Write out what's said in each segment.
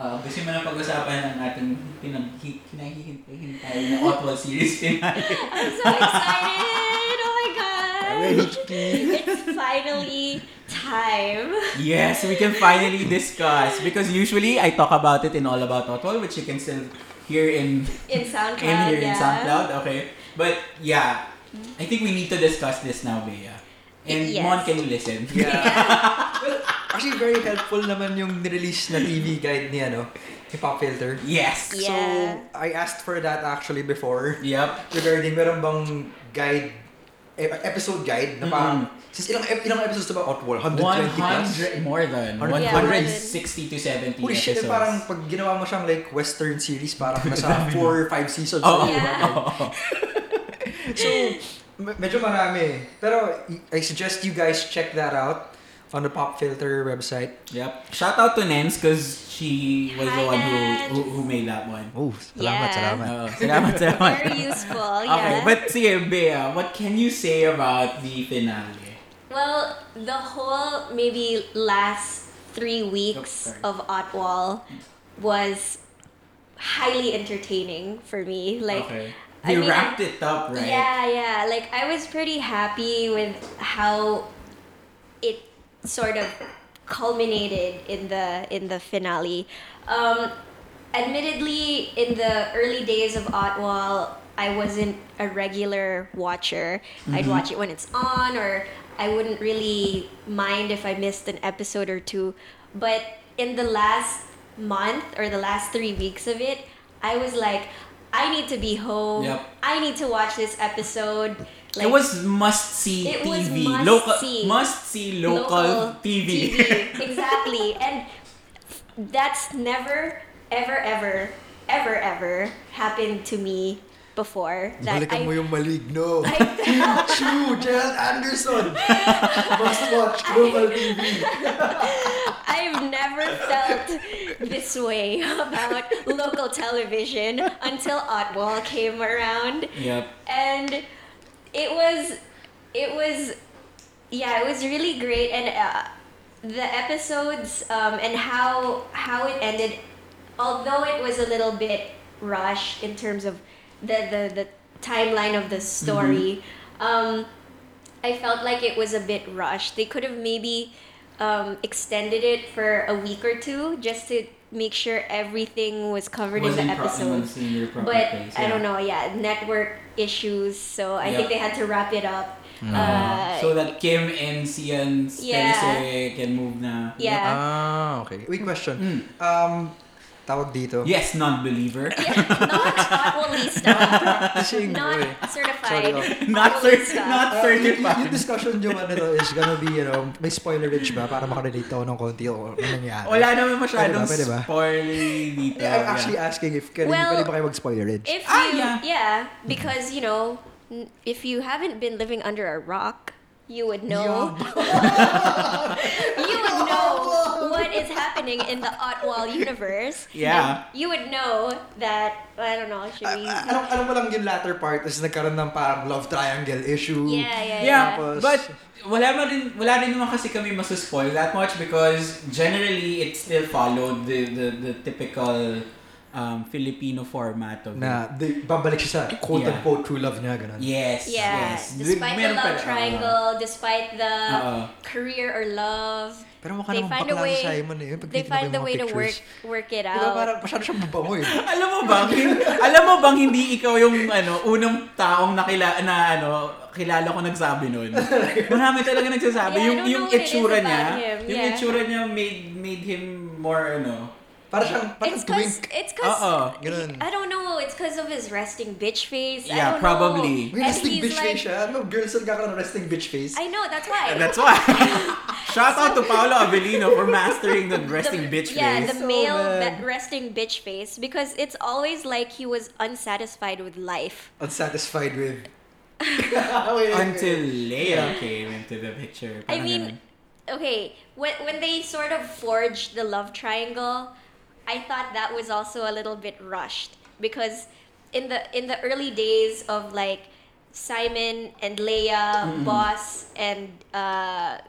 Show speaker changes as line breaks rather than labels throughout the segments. Ah, gusto mo na pag-usapan ang ating pinag- kinahihintay-hintay na Otwal Series finale.
I'm so excited! Oh my god! It's finally time.
yes, we can finally discuss. Because usually, I talk about it in All About Otwal, which you can still hear in,
In SoundCloud.
in here in
yeah. Mm-hmm.
SoundCloud. Okay. But yeah, I think we need to discuss this now, Bea. And
Yes.
Mon can listen.
well, actually very helpful naman yung nirelease na TV guide ni ano, ni Pop Filter.
Yes.
Yeah.
So, I asked for that actually before
Yep.
regarding meron bang guide ep- episode guide na parang since ilang ep- ilang episodes na ba Outwall? 120 plus?
100 more than
Hundred-
Yeah,
160 to 70
Holy shit,
episodes.
eh, parang pag ginawa mo siyang like western series, parang nasa 4 or 5 seasons.
Oo.
na, di ba?
Yeah.
Oh.
So, me- medyo marami. Pero y- I suggest you guys check that out on the Pop Filter website.
Yep. Shout out to Nens because she was
Hi,
the one
Nens.
who, who who made that one.
Oh,
salamat, Yeah. salamat.
Oo, salamat, salamat.
Very useful, Oh, yeah.
Okay, but sige, Bea, what can you say about the finale?
Well, the whole maybe last three weeks
sorry.
of Otwal was highly entertaining for me. Like,
okay. They
I mean-
wrapped it up, right?
yeah, yeah. Like, I was pretty happy with how it sort of culminated in the in the finale. Um, admittedly, in the early days of Otwal, I wasn't a regular watcher. I'd
Mm-hmm.
watch it when it's on, or I wouldn't really mind if I missed an episode or two. But in the last month or the last three weeks of it, I was like, I need to be home.
Yep.
I need to watch this episode. Like,
it was must see
It was
TV.
must
local
see.
must see local, TV.
exactly. And that's never, ever, ever, ever, ever happened to me before. That
Balikan
I,
mo yung maligno.
I
Chew, Gerald Anderson. Must watch local TV.
I've never felt this way about local television until Oddwall came around.
Yep.
and it was it was yeah it was really great and uh, the episodes um, and how how it ended although it was a little bit rushed in terms of the the, the timeline of the story um, i felt like it was a bit rushed they could have maybe um, extended it for a week or two just to make sure everything was covered
was
in
in
the
pro-
episode
was in your proper
but
place,
I
yeah.
don't know. Yeah, network issues. So I think
Yeah.
they had to wrap it up.
Uh,
Uh,
so that Kim and Sian
Yeah.
Spencer can move na.
yeah.
Ah, okay. Wait, question.
Mm.
Um, tawag dito.
Yes, non-believer.
yeah, not properly stuff.
Practicing, boy.
not
Sorry,
uh, certified.
oh.
not
Probably
cer-
stuff.
not
Uh, y- y-
certified.
yung discussion yung ano to is gonna be, you know, may spoilerage ba para makarelate ako ng konti o ano nangyari.
Wala naman masyadong
Pwede ba? Pwede ba?
spoilery dito.
Yeah, I'm actually asking if can,
Well, eh.
pwede ba kayo mag-spoilerage?
If you,
Ah, yeah.
yeah. because you know, n- if you haven't been living under a rock, you would know. you would know what is happening in the Otwal universe.
Yeah. Uh,
And you would know that I don't know. Should we?
Ah, alam, alam mo lang yung latter part is nagkaroon ng parang love triangle issue.
yeah, yeah,
yeah,
yeah.
Tapos-
but wala ma rin, wala rin naman kasi kami masaspoil that much because generally it still followed the the, the typical um, Filipino format of it.
Na di, babalik siya sa quote-unquote true love niya, ganun.
Yes,
Yeah,
yes.
despite the
Meron ah, pa-
love
oo.
triangle, despite the
Oo.
career or love,
Pero mukha
they
namang
find a
bakla
way.
si Simon eh. Pag
They
titignan ko
find a
yung
way
mga
to work
pictures.
work it
Di ba
out.
parang masyado siyang mabango eh.
Alam mo bang, hin- alam mo bang hindi ikaw yung ano, unang taong nakila na ano, kilala ko nagsabi nun. Marami talaga nagsasabi
Yeah, I
yung
don't
yung
know what it is
itsura
about
niya,
him,
yung
yeah.
itsura niya made made him more ano.
Para siyang, parang
It's cause,
twink.
it's
Oo,
cause,
Uh-uh, ganun.
I don't know, it's cause of his resting bitch face. I
Yeah,
don't
probably.
Know.
May
And
resting
he's
bitch
like,
face siya. Ano, girls ang kakaroon ng resting bitch face.
I know, that's why.
That's why. Shout out to Paolo Avellino for mastering the resting
the,
bitch
yeah,
face.
the
So
male
bad.
be- resting bitch face because it's always like he was unsatisfied with life.
Unsatisfied with. Wait,
Until Leia came into the picture.
I
Parang
mean,
ganun.
okay, when, when they sort of forged the love triangle, I thought that was also a little bit rushed because in the in the early days of like Simon and Leia, boss and uh,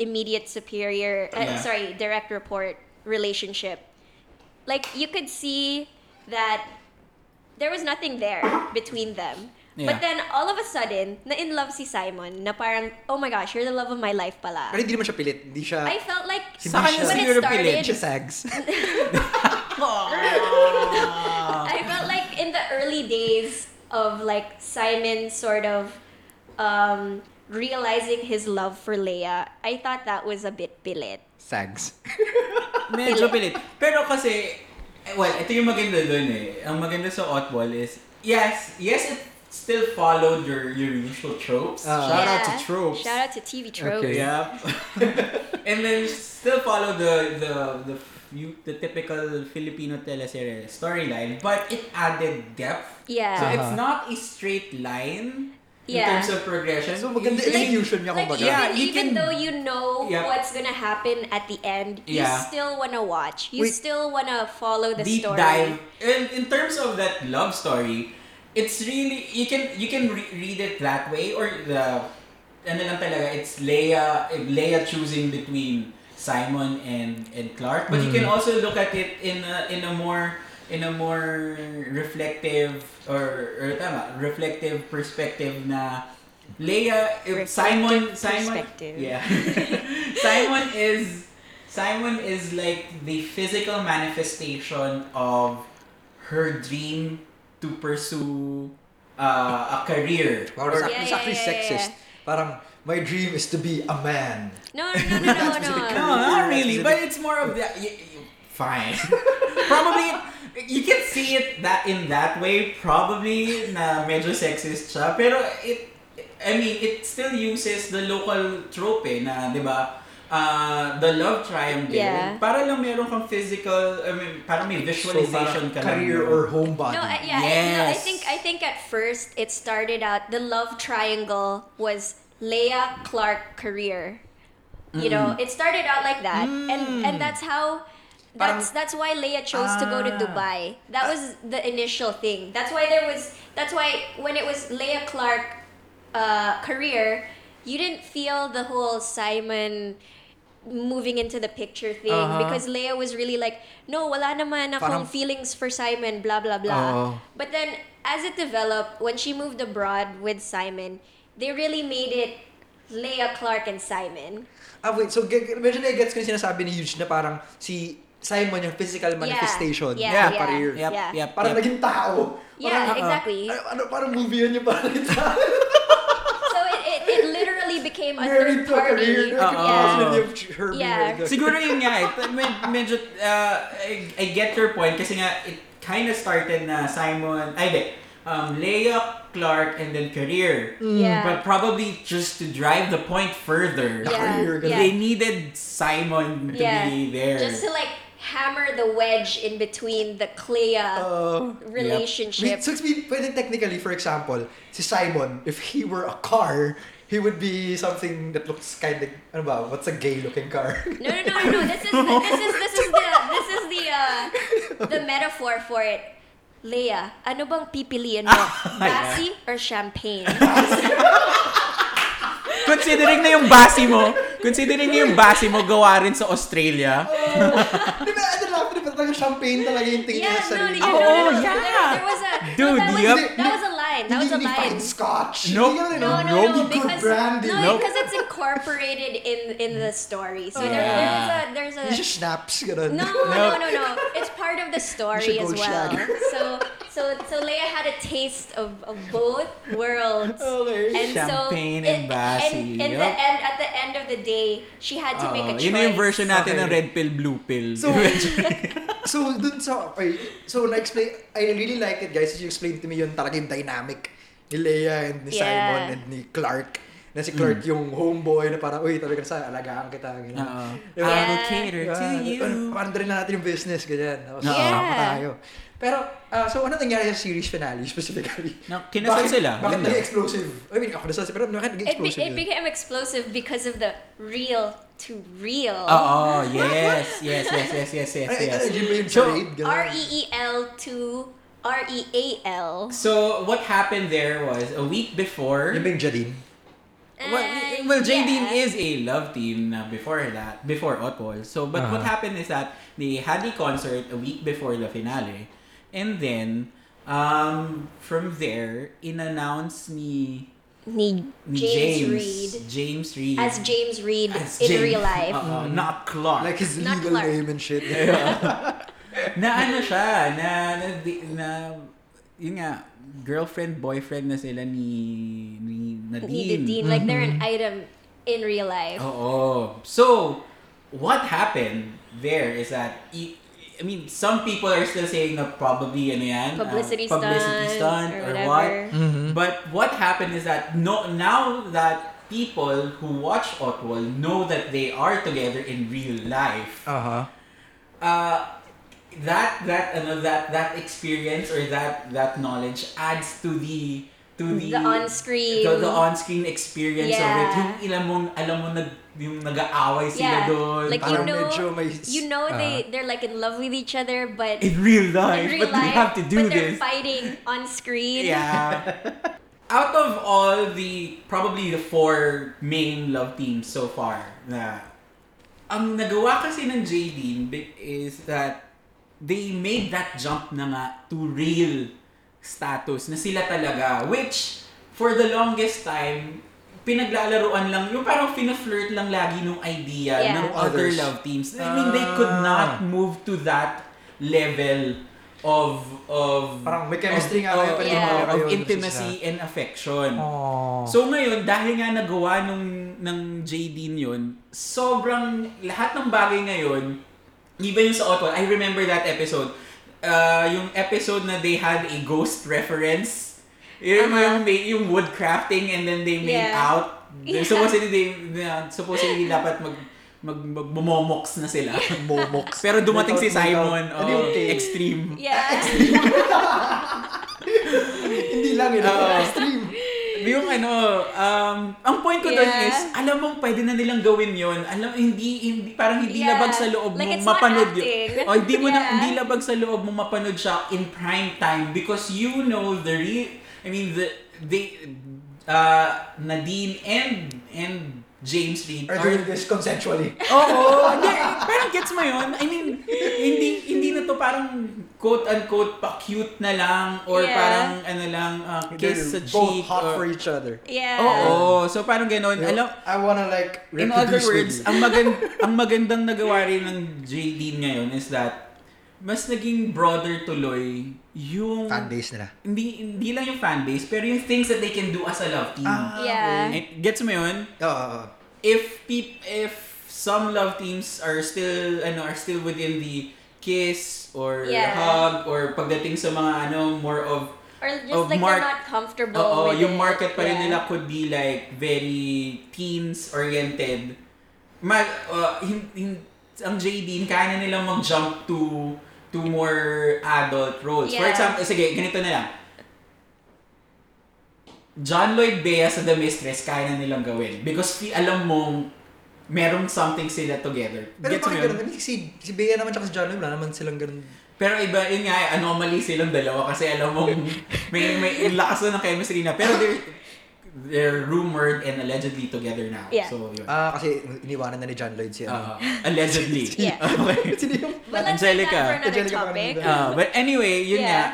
immediate superior, uh,
Yeah.
sorry, direct report relationship, like you could see that there was nothing there between them.
Yeah.
But then all of a sudden, na in love si Simon, na parang oh my gosh, you're the love of my life pala.
Pero hindi naman siya pilit. Hindi siya...
I felt like
Sa kanya
when
siguro
it started,
pilit.
Hindi siya sags.
I felt like in the early days of like Simon sort of um, realizing his love for Leia, I thought that was a bit pilit.
sags.
Medyo pilit. Pero kasi, eh, well, ito yung maganda dun eh. Ang maganda sa Oddball is, yes, yes, it still followed your your usual tropes.
Ah.
Shout out to
Yeah.
tropes.
Shout out to TV tropes.
Okay.
Yeah. and then still follow the the the few- the typical Filipino teleserye storyline, but it added depth. So eh,
Yeah.
Uh-huh.
it's not a straight line in
Yeah.
terms of progression.
So maganda
You-
execution niya
Like
kumbaga.
even,
Yeah, you
even
can-
though you know
Yeah.
what's gonna happen at the end, you
Yeah.
still wanna watch. You
Wait.
still wanna follow the
deep
story.
dive. And in terms of that love story, it's really you can you can re- read it that way or the ano lang talaga it's Leia eh, Leia choosing between Simon and and Clark, but you
Mm.
can also look at it in a, in a more in a more reflective or or tama, reflective perspective na Leia if
Reflective
Simon Simon
perspective.
yeah Simon is Simon is like the physical manifestation of her dream to pursue uh, a career.
Wow, that's,
Or-
Yeah,
that's actually
yeah, yeah,
sexist. Parang, my dream is to be a man.
No, no, no, no, no,
no,
no.
not really, but it's more of the. y- y- fine. probably, you can see it that in that way, probably, na medyo sexist siya, pero it, I mean, it still uses the local trope eh, na, di ba, uh, the love triangle,
Yeah.
para lang meron kang physical, I mean, para may visualization
parang
ka lang.
career
yun.
or homebody.
No, I, yeah, I- no, I
Yes.
think I think at first it started out the love triangle was Leia Clark career. You know, it started out like that, and and that's how. That's that's why Leia chose to go to
Ah.
Dubai. That was the initial thing. That's why there was. That's why when it was Leia Clark uh, career, you didn't feel the whole Simon moving into the picture thing
Uh-huh.
because Leia was really like, no, wala naman akong
Parang-
feelings for Simon, blah blah blah.
Oo.
But then as it developed, when she moved abroad with Simon, they really made it Leia Clark and Simon.
Ah, wait. So, ge- medyo na-gets ko yung sinasabi ni Huge na parang si Simon yung physical manifestation.
Yeah,
Yeah,
yeah,
career.
Yep,
Yeah.
yep,
Parang
yep.
naging tao.
Yeah,
Parang,
exactly.
Ano, ano, parang movie yun yung parang tao.
So it, it, it literally became a third
Married to a
party.
career.
Ah,
Yeah.
ah.
Possibility of her being
Yeah.
married to-
Siguro yun nga eh. Med- medyo, uh, I, I get your point kasi nga, it kind of started na Simon, ay di, um, Leia, Clark, and then career.
Yeah.
But probably just to drive the point further,
Yeah,
they
yeah.
needed Simon to
Yeah.
be there.
Just to like hammer the wedge in between the Clea
Uh,
relationship.
Wait, so it's been- pwede technically, for example, si Simon, if he were a car, he would be something that looks kind of, ano ba, what's a gay-looking car?
No, no, no, no, no. This is the, this is this is the this is the uh, the metaphor for it. Leia, ano bang pipiliin mo? Basi or champagne?
Considering na yung basi mo, considering na yung basi mo gawa rin sa Australia.
Di ba, ano lang, di ba talaga champagne talaga yung tingin
yeah,
niya sa
no,
sarili?
no, no,
Oh,
no, no,
oh,
no.
yeah.
There, there was a no,
Dude,
that, was,
yep.
that was a line. That was a
Hindi
line.
unified scotch.
Nope.
Hindi ganun,
No, no,
no.
no,
Hindi good
because
brandy.
no,
Nope.
because it's incorporated in in the story. So
Yeah.
there, there's a
Hindi
there's a
siya schnapps, ganun.
No, no, no, no. It's part of the story
should
as
go
well.
shag.
So, so, so Leia had a taste of, of both worlds.
Okay.
And
Oh, Champagne
so,
and Basi,
And, and the
yup. Oh,
end, at the end of the day, she had Oh, to make
Oo,
a choice.
uh, yun na yung version natin
Okay.
ng red pill, blue pill.
So, so dun sa, okay, so na-explain, I really like it guys, you explained to me yun talaga yung dynamic ni Leia and ni
Yeah.
Simon and ni Clark. Na si Clark yung homeboy na parang, uy, talaga sa alagaan kita. Ganyan.
Oo. I
Diba?
will
Yeah.
cater to
Yeah,
you.
ano, Parang dali na natin yung business, ganyan. Tapos,
Oo.
sama
Yeah.
tayo. Pero, ah, so ano nangyari sa series finale specifically?
No, kinasal
Bakit-
sila.
Bakit
Yun
naging
lang.
explosive? I mean, ako nasal sila, pero bakit naging
It, be,
explosive?
it became explosive because of the real to real.
Oo, yes, yes, yes, yes, yes, yes,
Ay,
yes.
ano, yun ba yung
So,
charade? Ganun.
R E E L to R E A L.
So what happened there was a week before.
Yun ba yung Jadine?
Well,
Uh,
well, Jadine
yeah.
is a love team na before that, before Otwal. So, but what
Uh-huh.
happened is that they had the concert a week before the finale, and then um, from there, in-announce ni,
Ni
ni
James,
James
Reed
James Reed
as James Reed
as
in
James.
real life.
Oo, not Clark.
Like his
Not
legal
Clark.
name and shit.
na ano siya, na, na, di- na yun nga, girlfriend, boyfriend na sila ni, ni
Ni
Nadine.
Nadine, like they're
Mm-hmm.
an item in real life.
Oh, Oo. So, what happened there is that, i- I mean, some people are still saying na probably ano yan, uh,
Publicity,
publicity stunt,
or
or,
whatever.
what. But what happened is that no, now that people who watch Otwal know that they are together in real life,
Uh-huh.
uh, that that ano, that that experience or that that knowledge adds to the to the
The on-screen.
the, the on-screen experience of it
Yeah.
yung ilan mong alam mo nag yung nag-aaway sila
Yeah.
doon
Like, you
Parang
know-
medyo may... s-
you know they
uh-huh.
they're like in love with each other, but
in real life
in real
but we
life,
have to do
but
this
they're fighting on screen.
yeah out of all the probably the four main love teams so far na ang nagawa kasi ng J-Dean bi- is that they made that jump na nga to real status na sila talaga which for the longest time pinaglalaruan lang yung parang fina-flirt lang lagi nung idea
Yeah.
ng
Nung
other
others.
love teams I mean they could not move to that level of of
Parang may chemistry
of,
nga kayo,
of-
pwede
yeah, of
kayo dun sa
intimacy and affection
Oh. Aww.
So ngayon, dahil nga nagawa nung, ng JD yun, sobrang lahat ng bagay ngayon, even yung sa Otwal, I remember that episode, uh, yung episode na they had a ghost reference, yun, yung, may- yung wood crafting and then they made
Uh-huh. Yeah.
out.
Yeah.
Supposedly, they, na- supposedly dapat mag, mag, magmomox na sila.
Momox.
Pero dumating si
Knockout, knockout.
Simon,
Ano
oh,
yung cake?
extreme. Oh,
Yeah.
Hindi lang yun.
Oo.
Extreme.
yung ano, um, ang point ko doon
Yeah.
is, alam mong pwede na nilang gawin yon Alam, hindi, hindi, parang hindi
Yeah.
labag sa loob
Like,
mong
it's not
mapanood
acting.
O, hindi mo na,
Yeah.
hindi labag sa loob mong mapanood siya in prime time because you know the real, I mean, the, they, uh, Nadine and, and James Reed
Are doing this consensually.
Oo, hindi, parang gets mo yun. I mean, hindi hindi na to parang quote-unquote pa-cute na lang or
Yeah.
parang ano lang, uh, kiss sa
They're
cheek.
both hot
or-
for each other.
yeah.
Oo, so parang ganun.
You
Alam,
know, I wanna like
in other
reproduce
words,
with you.
ang, magan- ang magandang nagawa rin ng JD ngayon is that mas naging broader tuloy yung...
fan base nila.
Hindi, hindi lang yung fanbase, pero yung things that they can do as a love team.
Ah,
Yeah.
Eh, gets mo yun?
Oo, oo, oo.
if peop- if some love teams are still ano are still within the kiss or
Yeah.
hug or pagdating sa mga ano more of
Or just
Of Oh,
like
mark-
they're not comfortable.
oo
with
yung
it.
market pa rin
Yeah.
nila could be like very teens oriented ma uh, hin, hin- ang JD kaya na nilang mag-jump to to more adult roles for
Yeah.
example sige ganito na lang John Lloyd Bea sa The Mistress kaya na nilang gawin because fi- alam mong merong something sila together
Pero
Gets mo
bakit
yun?
ganun? Si, si Bea naman tsaka si John Lloyd, wala naman silang ganun.
Pero iba, yun nga, eh, anomaly silang dalawa kasi alam mong may, may yung lakas na ng chemistry na. Pero they're, they're rumored and allegedly together now.
Yeah.
So, yun.
Ah, kasi iniwanan na ni John Lloyd si ano.
Uh, allegedly.
Yeah.
Okay.
Sino yung
But let's
Angelica.
Angelica. for another
Angelica
topic.
Fernandez.
Uh, but anyway, yun
Yeah.